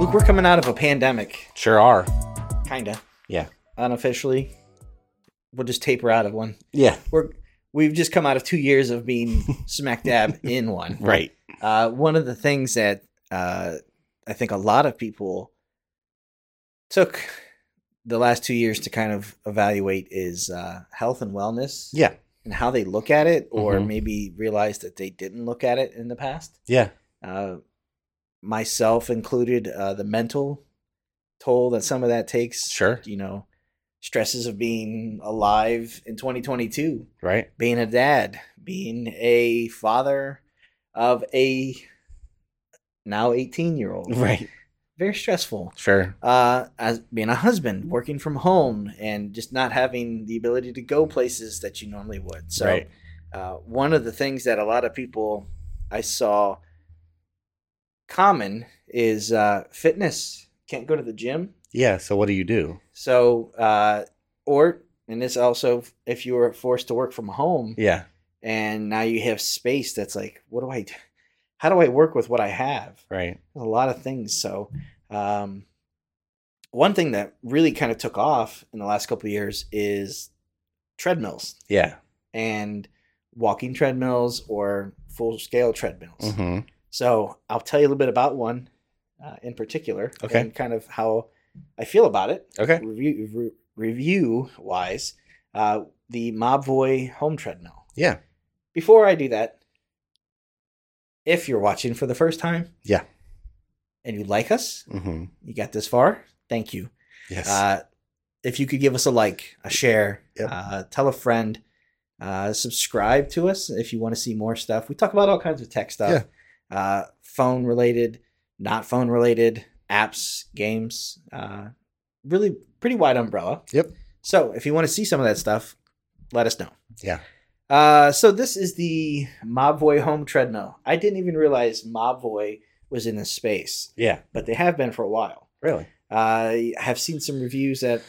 Luke, we're coming out of a pandemic, Sure are. kinda Yeah. unofficially. We'll just taper out of one. Yeah. We're we've just come out of two years of being smack dab in one. Right. Uh, one of the things that uh, I think a lot of people took the last two years to kind of evaluate is uh, health and wellness Yeah. and how they look at it, or Mhm. maybe realize that they didn't look at it in the past. Yeah. Uh, myself included, uh, the mental toll that some of that takes. Sure. You know, stresses of being alive in 2022 Right. being a dad, being a father of a now 18 year old. Right. Very stressful. Sure. Uh, as being a husband, working from home, and just not having the ability to go places that you normally would. So, Right. uh, one of the things that a lot of people I saw common is uh, fitness. Can't go to the gym. Yeah. So what do you do? So, uh, or, and this also, if you were forced to work from home, Yeah. and now you have space that's like what do i do how do i work with what i have Right. a lot of things so um, one thing that really kind of took off in the last couple of years is treadmills Yeah. and walking treadmills or full scale treadmills Mm-hmm. so i'll tell you a little bit about one uh, in particular Okay. and kind of how i feel about it Okay. review, re- review wise uh, the mobvoi home treadmill Yeah. before I do that, if you're watching for the first time, Yeah. and you like us, Mm-hmm. you got this far, thank you. Yes. Uh, if you could give us a like, a share, Yep. uh, tell a friend, uh, subscribe to us if you want to see more stuff. We talk about all kinds of tech stuff, uh, phone related, not phone related, apps, games, uh, really pretty wide umbrella. Yep. So if you want to see some of that stuff, let us know. Yeah. Uh, so this is the Mobvoi home treadmill. I didn't even realize Mobvoi was in this space, yeah. but they have been for a while. Really. I have seen some reviews that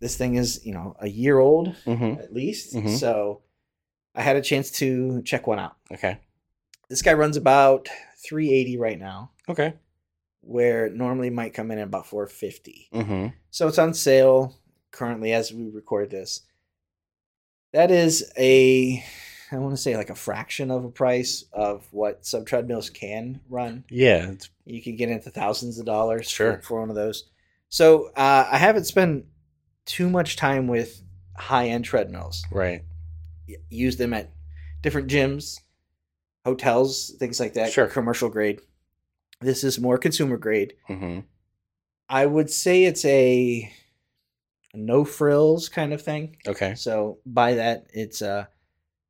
this thing is, you know, a year old Mm-hmm. at least. Mhm. So I had a chance to check one out. Okay. This guy runs about 380 right now, Okay. where it normally might come in at about 450. Mm-hmm. So it's on sale currently as we record this. That is a, I want to say like a fraction of a price of what sub treadmills can run. Yeah. It's, You can get into thousands of dollars for- Sure. for, one of those. So uh, I haven't spent too much time with high end treadmills. right. Y- Use them at different gyms, hotels, things like that. Sure. Commercial grade. This is more consumer grade. Mm-hmm. I would say it's a no frills kind of thing. Okay. So by that, it's uh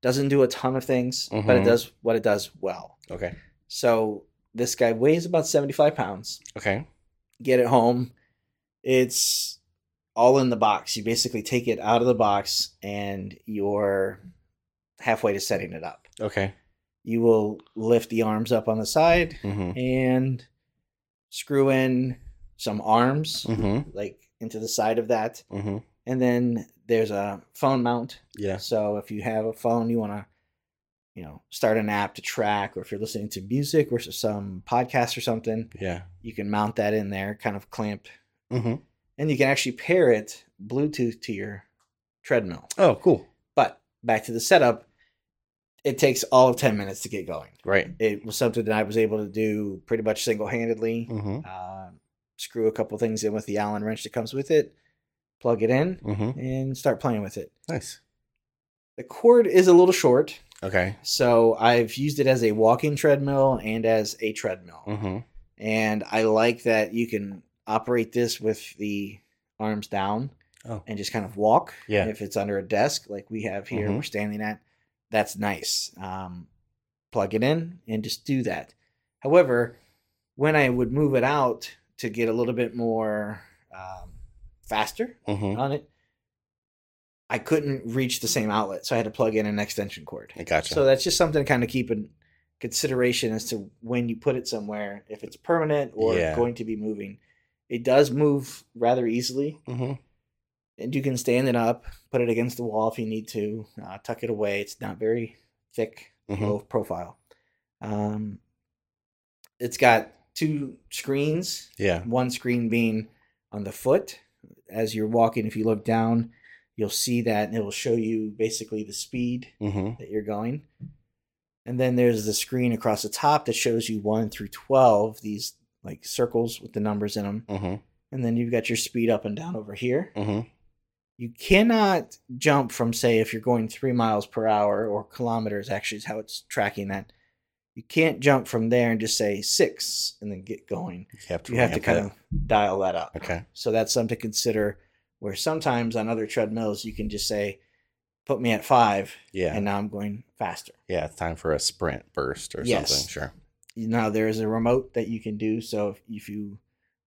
doesn't do a ton of things, but it Mhm. does what it does well. Okay. So this guy weighs about seventy five pounds. Okay. Get it home. It's all in the box. You basically take it out of the box and you're halfway to setting it up. Okay. You will lift the arms up on the side Mm-hmm. and screw in some arms Mm-hmm. like into the side of that. Mm-hmm. And then there's a phone mount. Yeah. So if you have a phone, you want to, you know, start an app to track, or if you're listening to music or s- some podcast or something, Yeah. you can mount that in there, kind of clamp, Mm-hmm. and you can actually pair it Bluetooth to your treadmill. Oh, cool. But back to the setup, it takes all of 10 minutes to get going. Right. It was something that I was able to do pretty much single handedly. Mm-hmm. Uh, screw a couple things in with the Allen wrench that comes with it, plug it in, Mm-hmm. and start playing with it. Nice. The cord is a little short, Okay. so I've used it as a walking treadmill and as a treadmill. Mm-hmm. And I like that you can operate this with the arms down Oh. and just kind of walk. Yeah. If it's under a desk like we have here, Mhm. we're standing at, that's nice. Um, plug it in and just do that. However, when I would move it out to get a little bit more um, faster, Mm-hmm. on it, I couldn't reach the same outlet, so I had to plug in an extension cord. I gotcha. So that's just something to kind of keep in consideration as to when you put it somewhere, if it's permanent or Yeah. going to be moving. It does move rather easily, mm-hmm. and you can stand it up, put it against the wall if you need to, uh, tuck it away. It's not very thick, Mhm. low profile. Um, it's got two screens. Yeah. One screen being on the foot. As you're walking, if you look down, you'll see that and it will show you basically the speed Mm-hmm. that you're going. And then there's the screen across the top that shows you 1 through 12, these like circles with the numbers in them. Mm-hmm. And then you've got your speed up and down over here. Mm-hmm. You cannot jump from, say, if you're going three miles per hour or kilometers, actually, is how it's tracking that. You can't jump from there and just say six and then get going. You have to. You have to ramp kind it of dial that up. up. Okay. So that's something to consider where sometimes on other treadmills, you can just say, put me at five, Yeah. and now I'm going faster. yeah. It's time for a sprint burst or Yes. something. Sure. now there's a remote that you can do so if, if you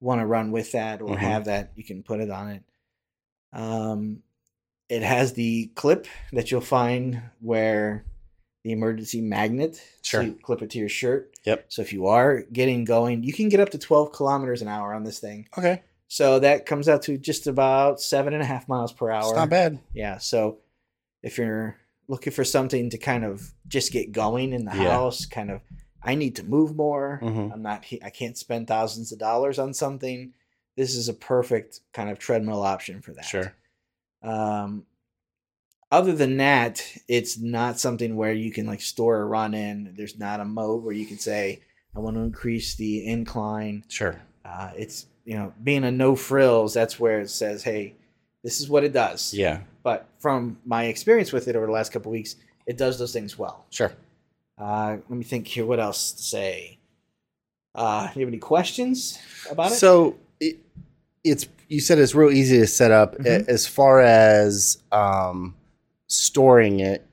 want to run with that or Mhm. have that you can put it on it um it has the clip that you'll find where the emergency magnet Sure. so you clip it to your shirt Yep. so if you are getting going you can get up to 12 kilometers an hour on this thing Okay. so that comes out to just about seven and a half miles per hour It's not bad. yeah. So if you're looking for something to kind of just get going in the Yeah. house, kind of, I need to move more. Mhm. I'm not, he- I can't spend thousands of dollars on something. This is a perfect kind of treadmill option for that. Sure. Um, other than that, it's not something where you can like store a run in. There's not a mode where you can say, I want to increase the incline Sure. uh, it's you know being a no frills that's where it says hey this is what it does Yeah. but from my experience with it over the last couple weeks it does those things well Sure. uh, let me think here what else to say uh, you have any questions about it So it, it's you said it's real easy to set up A- Mhm. as far as um, storing it.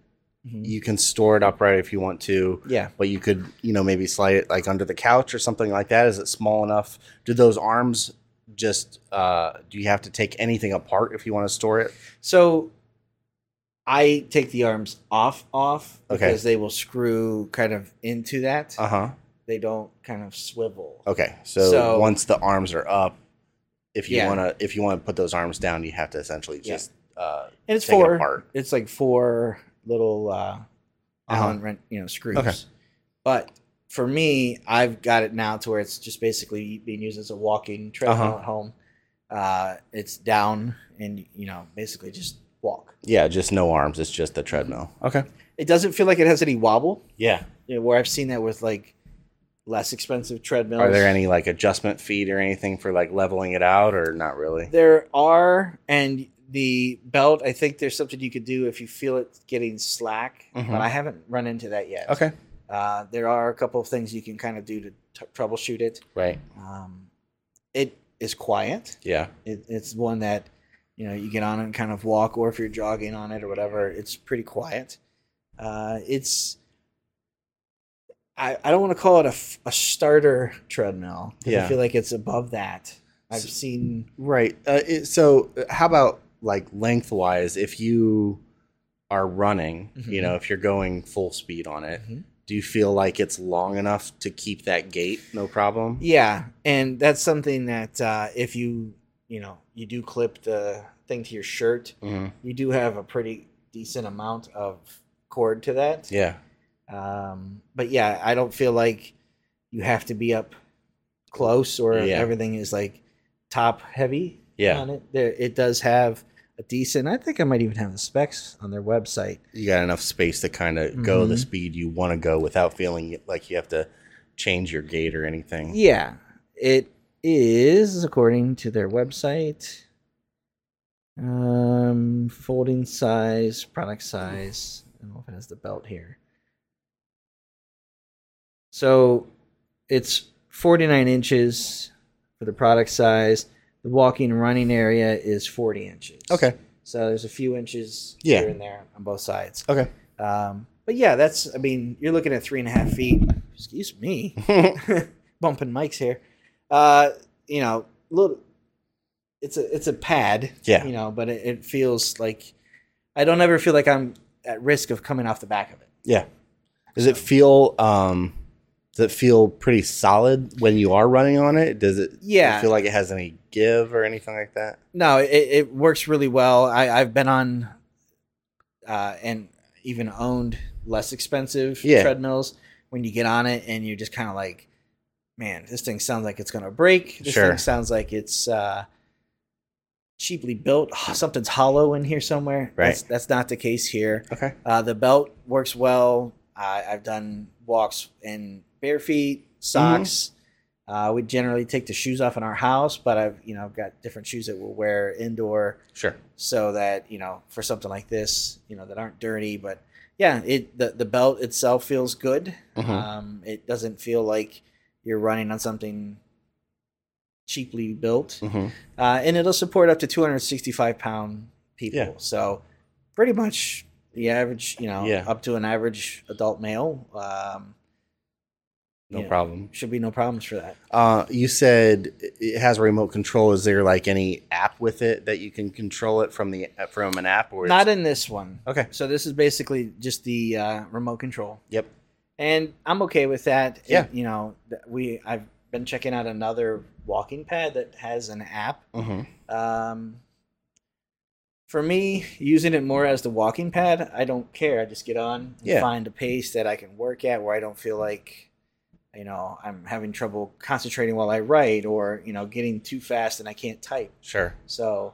Mhm. You can store it upright if you want to, yeah but you could you know maybe slide it like under the couch or something like that. Is it small enough? Do those arms just uh, do you have to take anything apart if you want to store it? so i take the arms off off Okay. because they will screw kind of into that Uh huh. they don't kind of swivel Okay, so, So- once the arms are up, if you Yeah. wanna if you want to put those arms down, you have to essentially just uh, and it's take it four apart. Uh-huh. it's like four little uh Allen wrench, you know, screws. Okay. But for me, I've got it now to where it's just basically being used as a walking treadmill Uh-huh. at home. Uh, it's down and you know, basically just walk. Yeah, just no arms. It's just the treadmill. Okay. It doesn't feel like it has any wobble. Yeah. You know, where I've seen that with like less expensive treadmills. Are there any like adjustment feet or anything for like leveling it out or not really? There are, and the belt. I think there's something you could do if you feel it getting slack, Mhm. but I haven't run into that yet. Okay. Uh, there are a couple of things you can kind of do to t- troubleshoot it. Right. Um, it is quiet. Yeah. It, it's one that you know you get on and kind of walk, or if you're jogging on it or whatever, it's pretty quiet. Uh, it's I, I don't want to call it a, f- a starter treadmill. 'cause Yeah. I feel like it's above that. I've S- seen Right. Uh, it, so uh, how about like lengthwise? If you are running, you Mhm. know, if you're going full speed on it, Mhm. do you feel like it's long enough to keep that gait? No problem. yeah, and that's something that uh, if you you know you do clip the thing to your shirt, hmm you do have a pretty decent amount of cord to that. Yeah. Um, but yeah, I don't feel like you have to be up close or Yeah. everything is like top heavy Yeah. on it. There, it does have a decent. I think I might even have the specs on their website. you got enough space to kind of go the Mhm. speed you want to go without feeling like you have to change your gait or anything. Yeah, it is according to their website. Um, folding size, product size. I don't know if it has the belt here. So it's 49 inches for the product size. The walking and running area is 40 inches. Okay. So there's a few inches Yeah. here and there on both sides. Okay. Um, but yeah, that's, I mean, you're looking at three and a half feet. Excuse me bumping mics here. Uh, you know, little. It's a it's a pad. Yeah. You know, but it, it feels like I don't ever feel like I'm at risk of coming off the back of it. yeah. Does it feel um does it feel pretty solid when you are running on it? Does it does it Yeah. feel like it has any give or anything like that? No, it, it works really well. I I've been on, uh, and even owned less expensive Yeah. treadmills. When you get on it and you're just kind of like man, this thing sounds like it's gonna break. This Sure. thing sounds like it's uh, cheaply built. Something's hollow in here somewhere. Right. That's, that's not the case here. Okay. Uh, the belt works well. I I've done walks in bare feet, socks. Uh, we generally take the shoes off in our house, but I've you know I've got different shoes that we'll wear indoor Sure. so that you know for something like this you know that aren't dirty but yeah it the, the belt itself feels good Mhm. um it doesn't feel like you're running on something cheaply built Mhm. uh, and it'll support up to 265 pound people Yeah. so pretty much the average you know Yeah. up to an average adult male um No Yeah. problem. should be no problems for that Uh, you said it- it has a remote control. Is there like any app with it that you can control it from the from an app or not in this one Okay. so this is basically just the uh, remote control Yep. and I'm okay with that. It- Yeah. you know, th- we I've been checking out another walking pad that has an app. Mm-hmm. Um, for me, using it more as the walking pad, I don't care. I just get on and Yeah. find a pace that I can work at where I don't feel like, you know, I'm having trouble concentrating while I write or you know getting too fast and I can't type. Sure. So.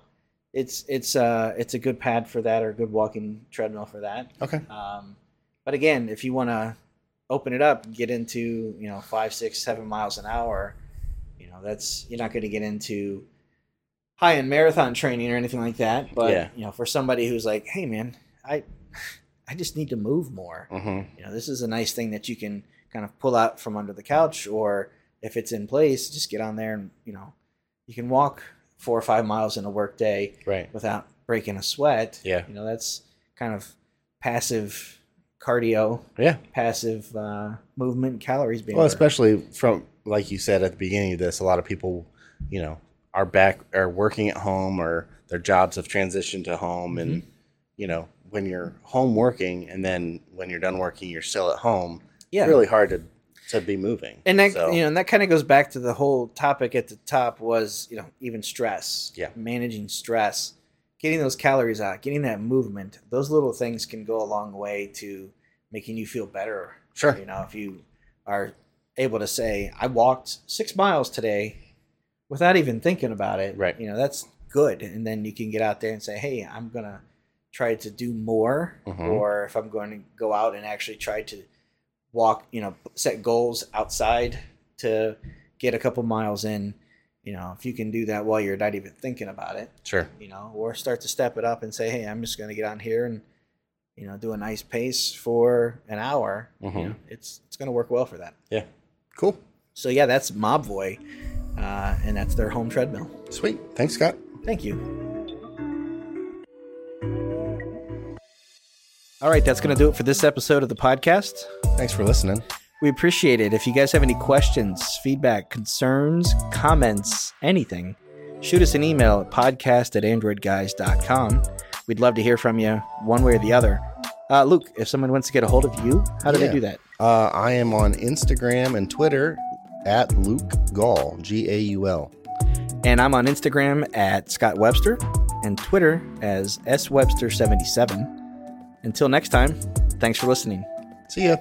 It's it's uh it's a good pad for that or a good walking treadmill for that. Okay. Um, but again, if you want to open it up, and get into you know five, six, seven miles an hour, you know that's you're not going to get into high end marathon training or anything like that. But Yeah. you know, for somebody who's like, hey man, I I just need to move more. Mm-hmm. You know, this is a nice thing that you can kind of pull out from under the couch, or if it's in place, just get on there and you know you can walk four or five miles in a work day Right. without breaking a sweat. Yeah. You know, that's kind of passive cardio, Yeah. passive uh, movement, calories being Well, burned. especially from like you said at the beginning of this, a lot of people, you know, are back are working at home or their jobs have transitioned to home and Mm-hmm. you know, when you're home working and then when you're done working you're still at home, yeah. really hard to to be moving. And that So, you know, and that kind of goes back to the whole topic at the top was you know even stress, Yeah. managing stress, getting those calories out, getting that movement. Those little things can go a long way to making you feel better. Sure. You know, if you are able to say, "I walked six miles today," without even thinking about it, Right. You know, that's good. And then you can get out there and say, "Hey, I'm gonna try to do more," Mhm. or if I'm going to go out and actually try to walk, you know, set goals outside to get a couple miles in. You know, if you can do that while you're not even thinking about it, Sure. you know, or start to step it up and say, hey, I'm just going to get on here and, you know, do a nice pace for an hour. Mhm. You know, it's it's going to work well for that. Yeah. Cool. So yeah, that's Mobvoy, uh, and that's their home treadmill. Sweet. Thanks, Scott. Thank you. All right, that's going to do it for this episode of the podcast. Thanks for listening. We appreciate it. If you guys have any questions, feedback, concerns, comments, anything, shoot us an email at podcast at androidguys.com. We'd love to hear from you one way or the other. Uh, Luke, if someone wants to get a hold of you, how do Yeah. they do that? Uh, I am on Instagram and Twitter at Luke Gall, G A U L. And I'm on Instagram at Scott Webster and Twitter as swebster77. Until next time, thanks for listening. See ya.